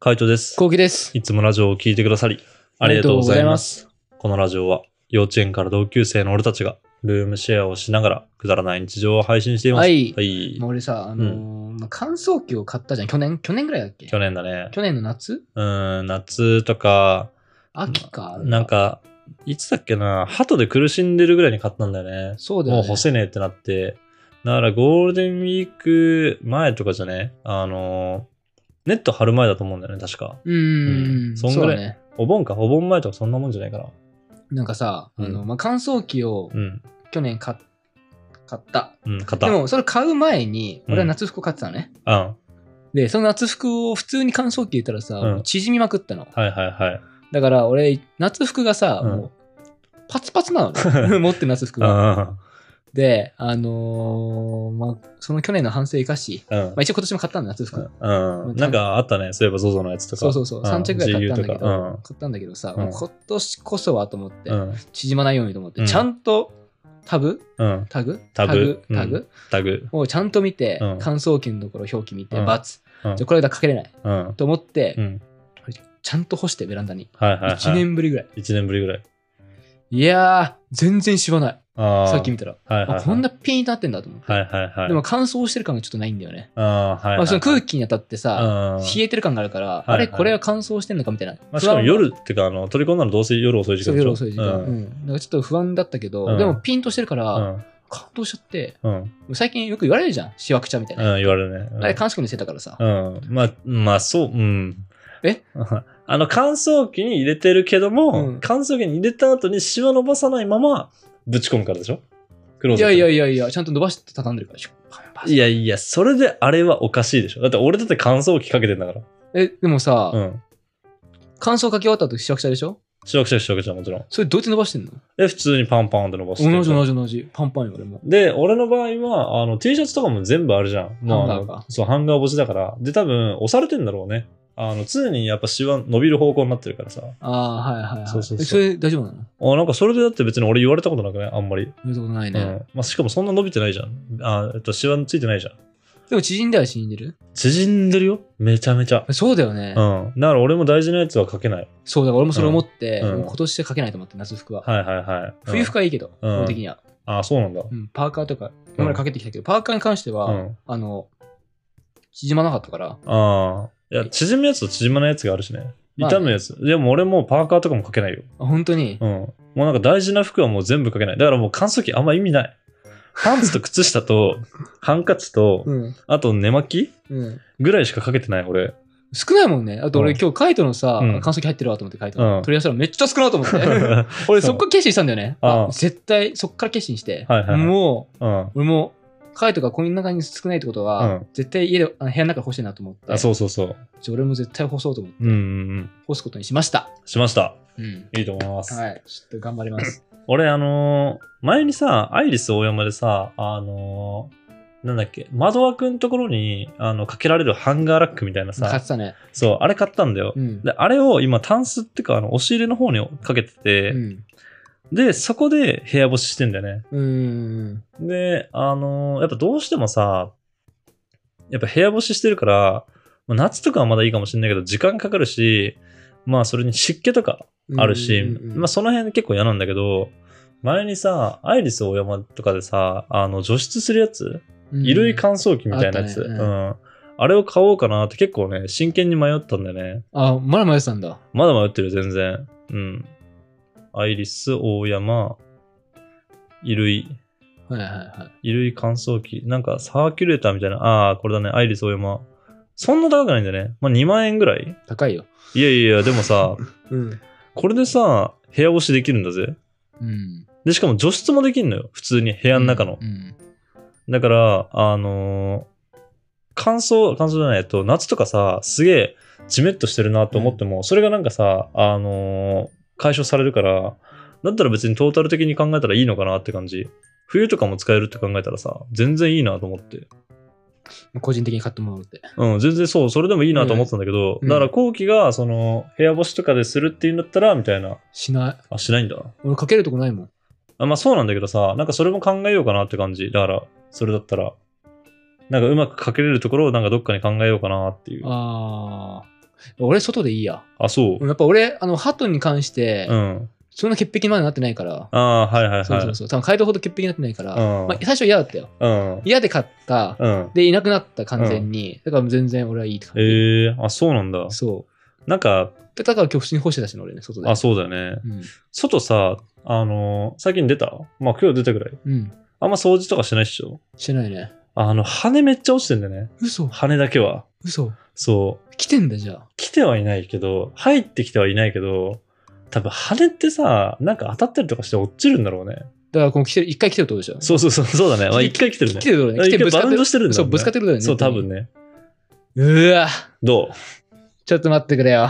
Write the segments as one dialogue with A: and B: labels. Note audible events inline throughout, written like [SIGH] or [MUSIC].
A: 海斗です。
B: こうきです。
A: いつもラジオを聞いてくださり、ありがとうございます。このラジオは、幼稚園から同級生の俺たちが、ルームシェアをしながら、くだらない日常を配信しています。
B: はいまあ
A: い
B: 俺さ、あのーまあ乾燥機を買ったじゃん。去年去年ぐらいだっけ
A: 去
B: 去
A: 年だね。
B: 年の夏
A: うーん、夏とか、
B: 秋か。
A: なん。か、いつだっけな、鳩で苦しんでるぐらいに買ったんだよね。
B: そうだよ
A: もう
B: ね。
A: 干せねえってなって。だからゴールデンウィーク前とかじゃね、あの、ネット張る前だと思うんだよね、確か。
B: うー
A: うん
B: ん。
A: そんぐらい
B: そうだね。
A: お盆か、お盆前とかそんなもんじゃないかな。
B: なんかさ、あの
A: う
B: まあ、乾燥機を
A: うん。
B: 去年買っ買った。
A: うん、
B: で
A: 型。うん。
B: も、それ買う前に、
A: うん
B: 俺は夏服を買ってたのね。
A: は
B: で、その夏服を普通に乾燥機入れたらさ、
A: うん
B: もう縮みまくったの。
A: いはいはい。
B: だから、俺、夏服がさ、
A: うん
B: もう、パツパツな
A: [LAUGHS]
B: のね。持ってる夏服
A: う
B: が。
A: ん。
B: で、あのーまあ、その去年の反省生かし、
A: うん
B: まあ、一応今年も買ったんだ、夏服。
A: うん。なんかあったね、そういえば ZOZO のやつとか。
B: そうそうそう、3着ぐらい買ったんだけ
A: GU
B: ど、買ったんだけどさ、
A: うん
B: もう今年こそはと思っ
A: と
B: て、
A: かうん。
B: 縮まないようにと思って、
A: うん
B: ちゃんとタブ
A: うん。うん。
B: タグ
A: タブ
B: タグタ
A: う
B: グ
A: タグ。
B: をちゃんと見て、
A: うん
B: 乾燥機のところ表記見て、
A: うん
B: バツ。
A: うん
B: じゃあこれだけかけれない
A: うん。
B: と思って、
A: うん。
B: ちゃんと干して、ベランダに。
A: はいはいはい。
B: 1。年ぶりぐらい。
A: 一年ぶりぐらい。
B: いやー、全然しわない。
A: ああ。
B: さっき見たら。
A: はいはいは
B: あ
A: い。
B: こんなピンとなってんだと思って。
A: はいはいはい。
B: でも乾燥してる感がちょっとないんだよね。
A: ああ、はいはいはい。
B: まあその空気に当たってさ、
A: うん
B: 冷えてる感があるから、
A: いはい
B: あれ、これは乾燥してんのかみたいな。
A: まあ、しかも夜っていうか、あの、取り込んだのどうせ夜遅い時
B: そ
A: 間でし
B: う夜
A: ょ
B: 遅い時間、
A: う。
B: うんんなんかちょっと不安だったけど、
A: うん
B: でもピンとしてるから、
A: うん。
B: 感動しちゃって、
A: うん。
B: 最近よく言われるじゃん、しわくちゃみたいな。
A: うん言われるね。うん
B: あれ、観測のせいだからさ、
A: うん。まあ、まあ、そう、うん。
B: え
A: あの、乾燥機に入れてるけども、
B: うん
A: 乾燥機に入れた後にシワ伸ばさないまま、ぶち込むからでしょクロー
B: い
A: ゼッ
B: や
A: トに
B: いやいやいや、ちゃんと伸ばして畳んでるからしょ。パンパン
A: いやいや、それであれはおかしいでしょ。だって俺だって乾燥機かけてんだから。
B: え、でもさ、
A: うん。
B: 乾燥かけ終わった後しわくちゃでしょ
A: しわくちゃしわくちゃもちろん。
B: それどうやって伸ばしてんの
A: で、普通にパンパンって伸ばしてる
B: 同じ同じ同じ。パンパンよ、俺も。
A: で、俺の場合は、あの、T シャツとかも全部あるじゃん。まあ
B: ハンガー
A: あの
B: か
A: そう、ハンガー干しだから。で、多分、押されてんだろうね。あの、常にやっぱシワ伸びる方向になってるからさ。
B: ああ、はいはいはい。
A: そうそうそう
B: えそれ大丈夫なの
A: あ、なんかそれでだって別に俺言われたことなくね、あんまり。
B: 見たことないね。
A: うん。まあ、しかもそんな伸びてないじゃん。あ、えっと、シワついてないじゃん。
B: でも縮んだら縮んでる
A: 縮んでるよ。めちゃめちゃ。
B: そうだよね。
A: うん。だから俺も大事なやつはかけない。
B: そうだから俺もそれ思って、
A: うんうん
B: もう今年でかけないと思って、夏服は。
A: はいはいはい。
B: 冬服
A: か。
B: はいいけど、
A: うん
B: 基本的には。
A: あ、そうなんだ。
B: うん、パーカーとか、今までかけてきたけど、パーカーに関しては、
A: うん。
B: あの、縮まなかったから、
A: ああ。いや、縮むやつと縮まないやつがあるしね。
B: まあね
A: 痛むやつ。でも俺もうパーカーとかもかけないよ。
B: あ本当に
A: う、ん。もうなんか大事な服はもう全部かけない。だからもう乾燥機あんま意味ない。パンツと靴下と、 [LAUGHS] ハンカチと、
B: うん、
A: あと寝巻き
B: うん。
A: ぐらいしかかけてない俺。 [LAUGHS]
B: 少ないもんね。あと俺、
A: うん
B: 今日カイトのさ、
A: うん
B: 乾燥機入ってるわと思ってカイト
A: うん
B: の。取り出したらめっちゃ少ないと
A: [LAUGHS]
B: 思って。 [LAUGHS] 俺、そっから決心したんだよね。
A: あ
B: あ
A: あ
B: 絶対、そっから決心して。
A: はいはいはい
B: も
A: うん。
B: う、俺も、カイトがこの中に少ないってことは、
A: うん
B: 絶対家で、あの部屋の中干してるなと思って。
A: あ、そうそうそう。
B: じゃあ俺も絶対干そうと思って、
A: うんうんうん。
B: 干すことにしました。
A: しました。
B: うん。
A: いいと思います。
B: はい。ちょっと頑張ります。
A: 俺、あのー前にさ、アイリス大山でさ、あのーなんだっけ、窓枠のところに、あの、かけられるハンガーラックみたいな
B: 買
A: さ
B: っ、てたね。
A: そう、あれ買ったんだよ
B: う。ん。
A: で、あれを今、タンスっていうか、あの、押し入れの方にかけてて、
B: うん。
A: で、そこで部屋干ししてんだよね。
B: うん。
A: で、あのーやっぱどうしてもさ、やっぱ部屋干ししてるから、まあ夏とかはまだいいかもしれないけど、時間かかるし、まあそれに湿気とかあるし、
B: うんうんうん
A: まあその辺結構嫌なんだけど、前にさ、アイリス大山とかでさ、あの除湿するやつ、
B: うん
A: 衣類乾燥機みたいなやつ、
B: あったね
A: う。
B: うん
A: あれを買おうかなって結構ね、真剣に迷ったんだよね。
B: あ、まだ迷ってたんだ。
A: まだ迷ってる、全然。うん。アイリス大山、衣類、
B: はいはいはい。
A: 衣類乾燥機、なんかサーキュレーターみたいな、ああー、これだね、アイリス大山。そんな高くないんだよね。まあ2万円ぐらい
B: 高いよ。
A: いやいやいや、でもさ、
B: うん。
A: これでさ、部屋干しできるんだぜ。
B: うん。
A: で、しかも除湿もできるのよ。普通に部屋の中の
B: う。ん。
A: だから、あのー乾燥、乾燥じゃないえっと、夏とかさ、すげえ、ジメッとしてるなと思っても、それがなんかさ、あのー解消されるから、だったら別にトータル的に考えたらいいのかなって感じ。冬とかも使えるって考えたらさ、全然いいなと思って。
B: 個人的に買ってもらおうって。
A: うん、全然そう、それでもいいなと思ってたんだけど、
B: うん
A: だから後期が、その、部屋干しとかでするっていうんだったら、みたいな。
B: しない。
A: あ、しないんだ。
B: 俺かけるとこないもん。
A: あまあそうなんだけどさ、なんかそれも考えようかなって感じ。だから、それだったら、なんかうまくかけれるところをなんかどっかに考えようかなっていう。
B: ああ。俺、外でいいや。
A: あ、そう。
B: やっぱ俺、あの、ハトに関して、
A: うん。
B: そんな潔癖にまでなってないから、
A: ああ、はいはいはい。
B: そうそうそう、多分街道ほど潔癖になってないから、
A: うん
B: まあ、最初嫌だったよ。
A: うん。
B: 嫌で買った、
A: うん。
B: で、いなくなった、完全に。だから全然俺はいいって感じ。
A: ええあ、そうなんだ。
B: そ
A: なんか、
B: う。でだから今日普通に干してたしね、俺ね、外で。
A: あ、そうだよね。
B: うん。
A: 外さ、あのー最近出たまあ今日出たぐらい。
B: うん。
A: あんま掃除とかしないっしょ。
B: してないね。
A: あの、羽めっちゃ落ちてんだよね。
B: 嘘
A: 羽だけは。
B: 嘘
A: そう。
B: 来てんだ、じゃあ。
A: 来てはいないけど、入ってきてはいないけど、多分羽ってさ、なんか当たったりとかして落ちるんだろうね。
B: だからこの来てる、一回来てるってことでしょ。
A: そうそうそう、そうだね。まあ一回来てるね
B: 来。てるってことね。来
A: 一
B: て
A: 回
B: ぶつ
A: バ
B: か
A: ウン
B: ってる
A: ド。してるんだ、ね。
B: そう、ぶつかってることだよね。
A: そう、多分ね。
B: うわ
A: どう
B: [LAUGHS] ちょっと待ってくれよ。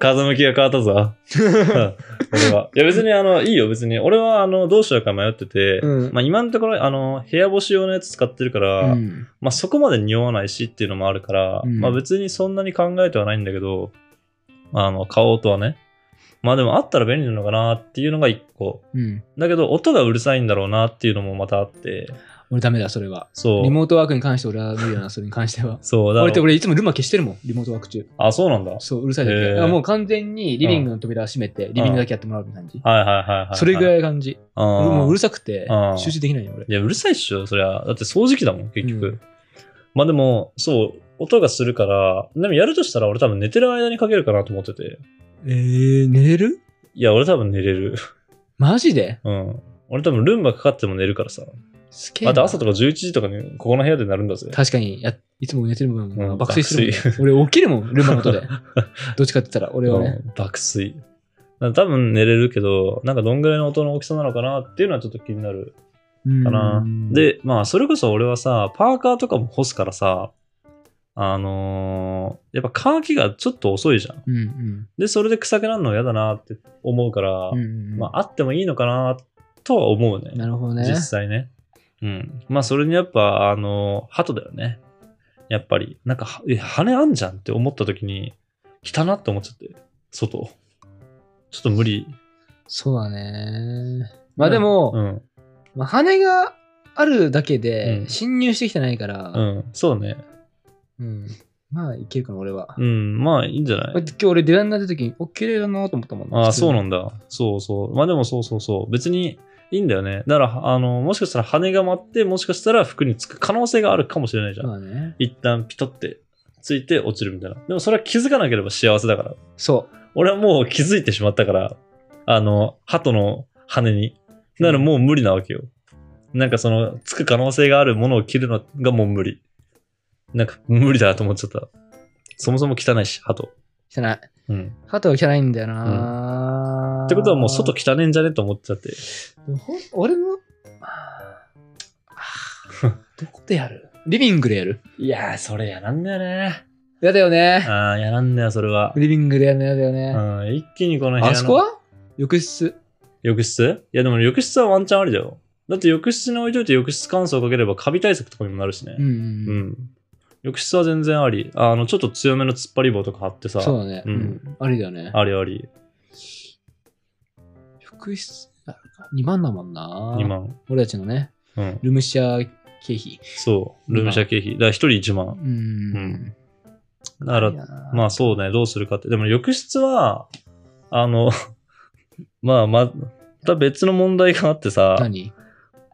A: 風向きが変わったぞ。 [LAUGHS] うん俺は。いや別にあの、いいよ別に。俺はあの、どうしようか迷ってて、
B: うん
A: まあ今のところあの、部屋干し用のやつ使ってるから、
B: うん
A: まあそこまで匂わないしっていうのもあるから、
B: うん
A: まあ別にそんなに考えてはないんだけど、あの、買おうとはね。まあでもあったら便利なのかなっていうのが一個。
B: うん。
A: だけど音がうるさいんだろうなっていうのもまたあって、
B: 俺ダメだ、それは。
A: そう。。
B: リモートワークに関して俺は無理だな、それに関しては
A: そう、だ
B: 俺って
A: から
B: 俺いつもルマ消してるもん、リモートワーク中。
A: あ、そうなんだ。はい
B: そう、うるさい
A: へー
B: 時。だからもう完全にリビングの扉閉めて、リビングだけやってもらうみたいな感じ。
A: はいはいはい、はい。
B: それぐらいの感じ。
A: うん。
B: 俺もううるさくて
A: うん、
B: 集中できないよ、俺。
A: いや、うるさいっしょ、そりゃ。だって掃除機だもん、結局。
B: うん
A: まあでも、そう、音がするから、でもやるとしたら俺多分寝てる間にかけるかなと思ってて。
B: えー、寝れる
A: いや、俺多分寝れる。
B: マジで
A: うん。俺多分ルンバかかっても寝るからさ。
B: すげえ
A: あ
B: な。
A: と朝とか11時とかにここの部屋で鳴るんだぜ。
B: 確かにや、いつも寝てるもんな、
A: うん
B: 爆睡するもんな。俺起きるもん、ルンバ
A: [LAUGHS]
B: の音で。どっちかって言ったら、俺はね。
A: うん爆睡。だから多分寝れるけど、なんかどんぐらいの音の大きさなのかなっていうのはちょっと気になるかな。
B: うん、
A: で、まあ、それこそ俺はさ、パーカーとかも干すからさ、あのーやっぱ乾きがちょっと遅いじゃん。
B: うんうん。
A: で、それで臭くなるの嫌だなって思うから、
B: うんうんうん
A: まあ、あってもいいのかなとは思うね。
B: なるほどね。
A: 実際ね。うん。まあ、それにやっぱ、あの、鳩だよね。やっぱり、なんか、はえ羽あんじゃんって思った時に、来たなって思っちゃって、外。ちょっと無理。
B: そうだね。まあでも、
A: うん。
B: まあ、羽があるだけ
A: う
B: で
A: ん
B: 侵入してきてないか
A: う
B: ら、
A: ん。そうね。
B: うんまあいけるかな、俺は。
A: うん。まあ、いいんじゃない
B: まあ今日俺デランナ出た時に、お綺麗だなと思ったもん
A: ああ、そうなんんだ。そうそう。まあでもそうそうそう。別にいいんだよね。だから、あの、もしかしたら羽が舞って、もしかしたら服につく可能性があるかもしれないじゃん。
B: まあね。
A: 一旦ピトってついて落ちるみたいな。でもそれは気づかなければ幸せだから。
B: そ
A: 俺はもう気づいてしまったから、あの、鳩の羽に。だからもう無理なわけよ。なんかその、つく可能性があるものを着るのがもう無理。なんか無理だと思っちゃった。そもそも汚いし、鳩。
B: う。汚い。
A: うん。
B: 肩は汚いんだよな、
A: ってことはもう外汚ねんじゃねと思っちゃって。
B: ほん俺の、
A: [LAUGHS]
B: あーあーどこでやるリビングでやる
A: いやー、それやなんだよね。
B: やだよね。
A: あー、やなんだよ、それは。
B: リビングでやるのやだよね。
A: うん、一気にこの部屋の。
B: あそこは浴室。
A: 浴室いや、でも浴室はワンチャンありだよ。だって浴室に置いといて浴室乾燥かければカビ対策とかにもなるしね
B: う。ん、
A: う
B: うん、
A: ん。浴室は全然あり。あの、ちょっと強めの突っ張り棒とか貼ってさ。
B: そうだね。
A: う
B: うんん。ありだよね。
A: ありあり。
B: 浴室、2万だもんな。
A: 2万。
B: 俺たちのね、
A: うん。
B: ルームシェア経費。
A: そう。ルームシェア経費。だから1人1
B: う
A: 万。
B: ん。
A: だから、まあそうね、どうするかって。でも浴室は、あの、 [LAUGHS] まあまた別の問題があってさ。
B: 何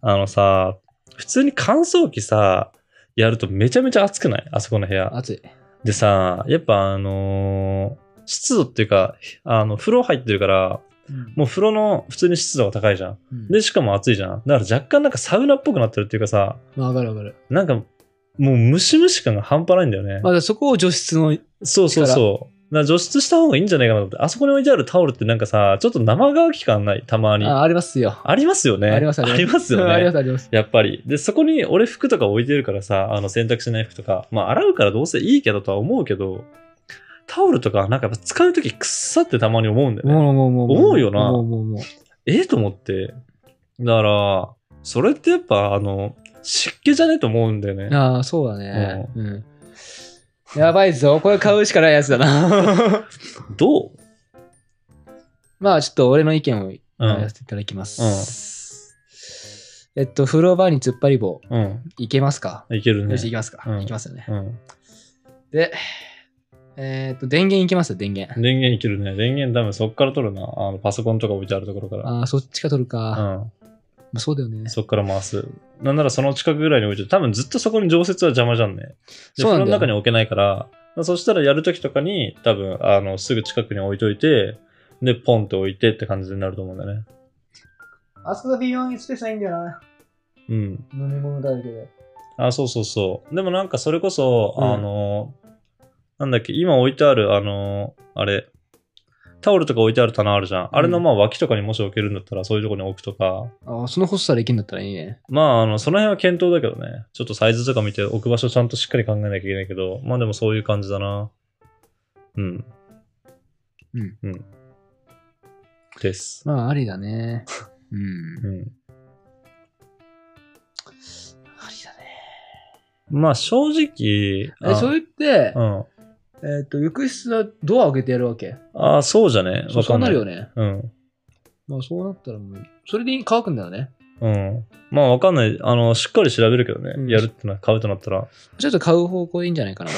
A: あのさ、普通に乾燥機さ、やるとめちゃめちゃ暑くないあそこの部屋。
B: 暑い。
A: でさ、やっぱあのー湿度っていうか、あの、風呂入ってるから、もう風呂の普通に湿度が高いじゃん。
B: うん、
A: で、しかも暑いじゃん。だから若干なんかサウナっぽくなってるっていうかさ、
B: まあわかるわかる。
A: なんかもうムシムシ感が半端ないんだよね。
B: まあそこを除湿の、
A: そうそうそう。だから除湿した方がいいんじゃないかなと思って。あそこに置いてあるタオルってなんかさ、ちょっと生乾き感ないたまに。あ
B: あありますよ。
A: りますよね。
B: あります
A: ありますよね。
B: [LAUGHS] ありますあります。
A: やっぱり。で、そこに俺服とか置いてるからさ、あの洗濯しない服とか、まあ洗うからどうせいいけどとは思うけど、タオルとかなんかやっぱ使うときくっさってたまに思うんだよね。
B: もうもうもう。
A: 思うよな
B: もうもうもう。
A: ええと思って。だから、それってやっぱあの、湿気じゃねえと思うんだよね。
B: ああ、そうだね。うん。やばいぞ。これ買うしかないやつだな。 [LAUGHS]
A: どう
B: まあちょっと俺の意見を
A: う
B: やら
A: ん。
B: せていただきます。えっと、風呂場に突っ張り棒、
A: うん。
B: いけますか
A: いけるね
B: よし、。いきますか。
A: うん
B: いきますよね。
A: うん。
B: で、えっと、電源いきます電源。
A: 電源いけるね。電源多分そっから取るな。あのパソコンとか置いてあるところから。
B: ああ、そっちか取るか。
A: う
B: まあそうだよね
A: ん。。そっから回す。なんならその近くぐらいに置いてる。多分ずっとそこに常設は邪魔じゃんね。で、
B: そ
A: 風
B: うな
A: 呂の
B: んだよ
A: 中に置けないから、そしたらやるときとかに、多分、あの、すぐ近くに置いといて、で、ポンって置いてって感じになると思うんだね。
B: あそこが微妙にスペースないんだよな。
A: うん。
B: 飲み物だらけで。
A: あ、そうそうそう。でもなんかそれこそ、
B: うん
A: あの、なんだっけ、今置いてある、あの、あれ、タオルとか置いてある棚あるじゃん。あれのまあ脇とかにもし置けるんだったら、そういうとこに置くとか。
B: ああ、その細さでいけんだったらいいね。
A: まあ、あの、その辺は検討だけどね。ちょっとサイズとか見て置く場所ちゃんとしっかり考えなきゃいけないけど、まあでもそういう感じだな。うん。
B: うん。
A: うん。です。
B: まあ、ありだ
A: [LAUGHS]
B: ね。うん。
A: うん。
B: ありだね。
A: まあ正直、
B: え、そう
A: いう
B: 言って
A: う、ん。
B: えっと、浴室はドア開けてやるわけ。
A: ああ、そうじゃね。
B: そうそうなるよ
A: ね。
B: ね。
A: うん。
B: まあ、そうなったらもう、それで乾くんだよね。
A: うん。まあわかんない。あの、しっかり調べるけどね。
B: うん
A: やるってな、買うとなったら。
B: ちょっと買う方向でいいんじゃ
A: [LAUGHS]
B: ないかな。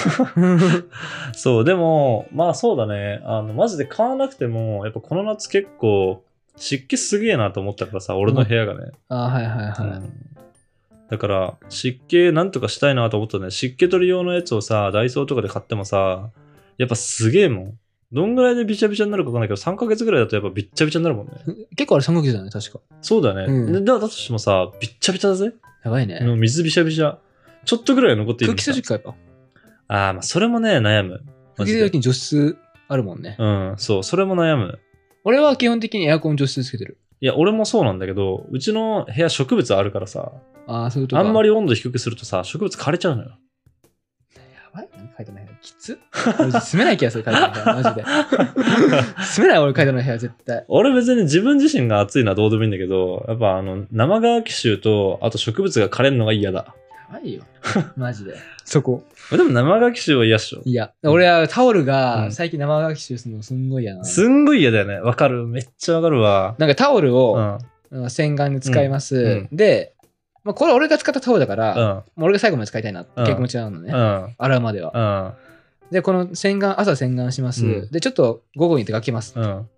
A: そう、でも、まあそうだね。あの、マジで買わなくても、やっぱこの夏結構、湿気すげえなと思ったからさ、俺の部屋がね。
B: ああ、はいはいは
A: う
B: い。
A: んだから、湿気なんとかしたいなと思ったね。湿気取り用のやつをさ、ダイソーとかで買ってもさ、やっぱすげえもん。どんぐらいでびちゃびちゃになるかわかんないけど、3ヶ月ぐらいだとやっぱびっちゃびちゃになるもんね。
B: 結構あれ3ヶ月だね、確か。
A: そうだね。
B: うん
A: でだだとしてもさ、びっちゃびちゃだぜ。
B: やばいね。
A: もう水びしゃびしゃ。ちょっとぐらいは残っている
B: 空気清浄機買えば。
A: ああ、まあ、それもね、悩む。マ
B: 空気
A: ジ
B: 清浄機
A: で。
B: に除湿あるもんね。
A: うん、そう、それも悩む。
B: 俺は基本的にエアコン除湿つけてる。
A: いや、俺もそうなんだけど、うちの部屋植物あるからさ、
B: ああ、そういうこと
A: あ
B: か。
A: んま
B: り。
A: り温度低くするとさ、植物枯れちゃうのよ。
B: やばい。なんか書いてない部屋。きつ。俺住めない気がする、書いてない
A: [LAUGHS]
B: 部屋。マジで。住めない、俺書いてない部屋、絶対。
A: 俺別に自分自身が暑いのはどうでもいいんだけど、やっぱあの、生乾き臭と、あと植物が枯れるのが嫌だ。
B: やばいよ。マジで。そこ。
A: でも生乾き臭は嫌っしょ。
B: いや、俺はタオル
A: う
B: が
A: ん
B: 最近生乾き臭するのすんごい嫌なの。
A: すんごい嫌だよね。わかる。めっちゃわかるわ。
B: なんかタオル
A: う
B: を
A: ん。
B: うん洗顔で使いま
A: うん
B: す。で、まあこれ俺が使ったタオルだか
A: う
B: ら、
A: ん。
B: もう俺が最後まで使いたいなって気持ちなの
A: う
B: ね。
A: ん。
B: 洗うまでは。
A: うん。
B: で、この洗顔、朝洗顔しま
A: うん
B: す。で、ちょっと午後に出かけます。
A: うん。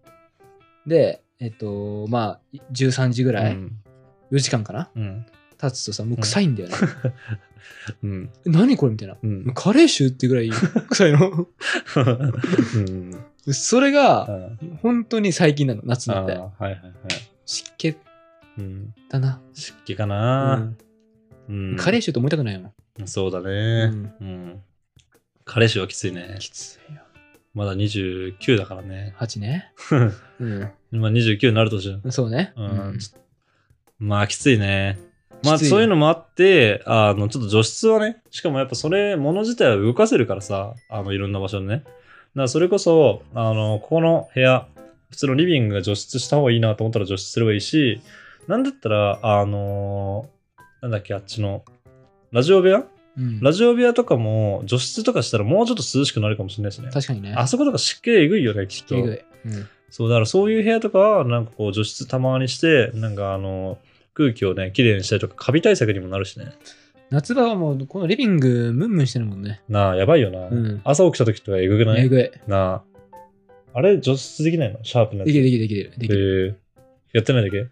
B: で、えっと、まあ、13時ぐ
A: う
B: らい、
A: ん。
B: 4時間かな
A: うん。
B: 経つとさ、もう臭いんだよね。 [LAUGHS]
A: うん。
B: え何これみたいな。
A: うん。
B: [LAUGHS] カレー臭っ
A: [LAUGHS]
B: てぐらい臭いの。
A: うん。
B: それ
A: う
B: が、
A: ん
B: 本当に最近なの、夏に
A: あ
B: なっ
A: ーは
B: て。
A: いはいはい。
B: 湿気
A: うん、
B: だな。
A: 湿気か
B: う
A: な、
B: ん
A: うん
B: カレー臭って思いたくないもん。
A: そうだね、
B: うん
A: うんカレー臭はきついね
B: きついよ。
A: まだ29だからね
B: 8ね。
A: [LAUGHS]
B: うん。
A: 今29になるとじゃん、
B: そうね。
A: う
B: うん
A: ん、まあきついねまあ
B: きついよ
A: そういうのもあってあのちょっと除湿はねしかもやっぱそれ物自体は動かせるからさあのいろんな場所にねだからそれこそあのここの部屋普通のリビングが除湿した方がいいなと思ったら除湿すればいいしなんだったらあのなんだっけあっちのラジオ部屋
B: うん
A: ラジオ部屋とかも除湿とかしたらもうちょっと涼しくなるかもしれないですね。
B: 確かにね。
A: あそことか湿気えぐいよね、きっと。
B: えぐい。うん
A: そう、だからそういう部屋とかは、なんかこう除湿たまにして、なんかあの、空気をね、きれいにしたりとか、カビ対策にもなるしね。
B: 夏場はもう、このリビング、ムンムンしてるもんね。
A: なあ、やばいよな。
B: うん
A: 朝起きた時とかえぐくない、
B: えぐい。
A: なあ。あれ除湿できないのシャープなや
B: で
A: つ。
B: きるできるできるできる。
A: えーやってないだけ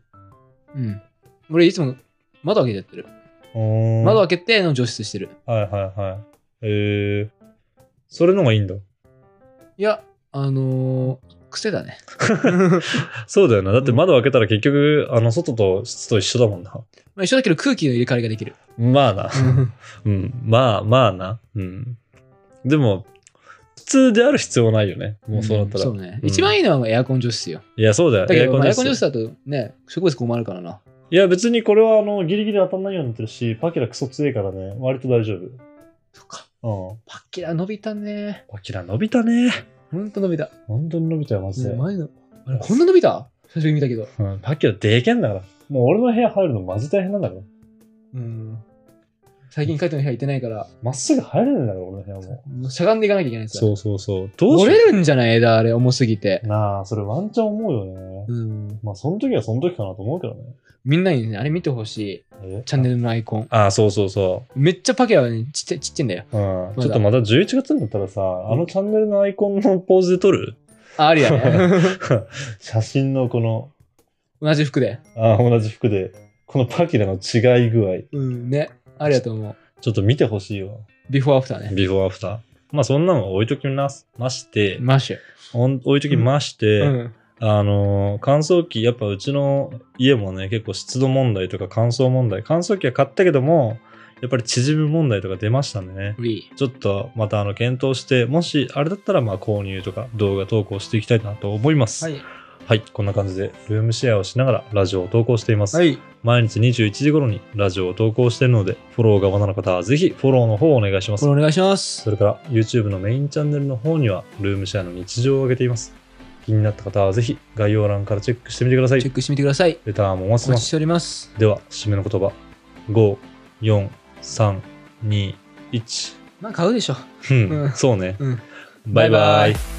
B: うん。俺いつも窓開けてやってる。
A: ま
B: 窓
A: はい
B: 開けての除湿してる。
A: はいはい。えー、それの方がいいんだ。
B: いや、あのー、癖だね。
A: そうだよな。だって窓開けたら結局、あの、外と湿と一緒だもんな。
B: まあ一緒だけど空気の入れ替わりができる。
A: まあな。うん、まあまあな。うん。でも、普通である必要はないよね。もうそうなったら。
B: んそうね。
A: うん
B: 一番いいのはエアコン除湿よ。
A: いや、そうだよ。
B: だけど、まあエア
A: です
B: コン
A: よ
B: 除湿だとね、植物困るからな。
A: いや、別にこれは、あの、ギリギリ当たんないようになってるし、パキラクソ強いからね、割と大丈
B: そっか。
A: 夫。うん。
B: パッキラ伸びたね。
A: パキラ伸びたね。
B: ほんと伸びた。
A: 本当に伸びたよ、マジで。
B: ね前の、あれ、こんな伸びた久しぶりに見たけど。
A: うん、パキラでけんだから。もう俺の部屋入るのマジ大変なんだから。
B: うん。最近書いてない部屋行ってないから、
A: まっすぐ入れるんだろ、俺の部屋も。
B: もうしゃがんでいかなきゃいけないんですよ。
A: そうそうそう。どうし
B: 折
A: よ
B: れるんじゃない枝あれ、重すぎて
A: う。なあ、それワンチャン思うよね。
B: うん。
A: まあ、その時はその時かなと思うけどね。
B: みんなにね、あれ見てほしい。
A: え
B: チャンネルのアイコン。
A: ああ、そうそうそ
B: めっちゃパケはね、ちっちゃい、ちっちゃいんだよ。
A: う。うん。ちょっとまた11月になったらさ、あのチャンネルのアイコンのポーズで撮る
B: あ、ありやね。
A: [LAUGHS] 写真のこの、
B: 同じ服で。
A: あ同じ服で、このパキラの違い具合、
B: うん、ね。ありやと思う。
A: ちょっと見てほしいわ。
B: ビフォーアフターね。
A: ビフォーアフター。まあそんなの置いときままして、
B: マッシュ。
A: ほん置いときまして、
B: うん。
A: あのー乾燥機、やっぱうちの家もね、結構湿度問題とか乾燥問題、乾燥機は買ったけども、やっぱり縮む問題とか出ましたんでね。
B: リ
A: ちょっとまたあの検討して、もしあれだったらまあ購入とか動画投稿していきたいなと思います。
B: ー。はい。
A: はい、こんな感じでルームシェアをしながらラジオを投稿しています。
B: はい。
A: 毎日21時頃にラジオを投稿しているので、フォローがまだの方はぜひフォローの方をお願いします
B: これ。お願いします。
A: それから YouTube のメインチャンネルの方にはルームシェアの日常を上げています。気になった方はぜひ概要欄からチェックしてみてくださ
B: チェ
A: い。
B: ックしてみてください。
A: レターもお待ちし
B: お
A: てま
B: 待ち
A: す。
B: しております。
A: では、締めの言葉。5、4、3、2、1。
B: まあ買うでしょ。
A: うん、
B: うん
A: そうね。
B: うん
A: バイバイ。
B: バイバイ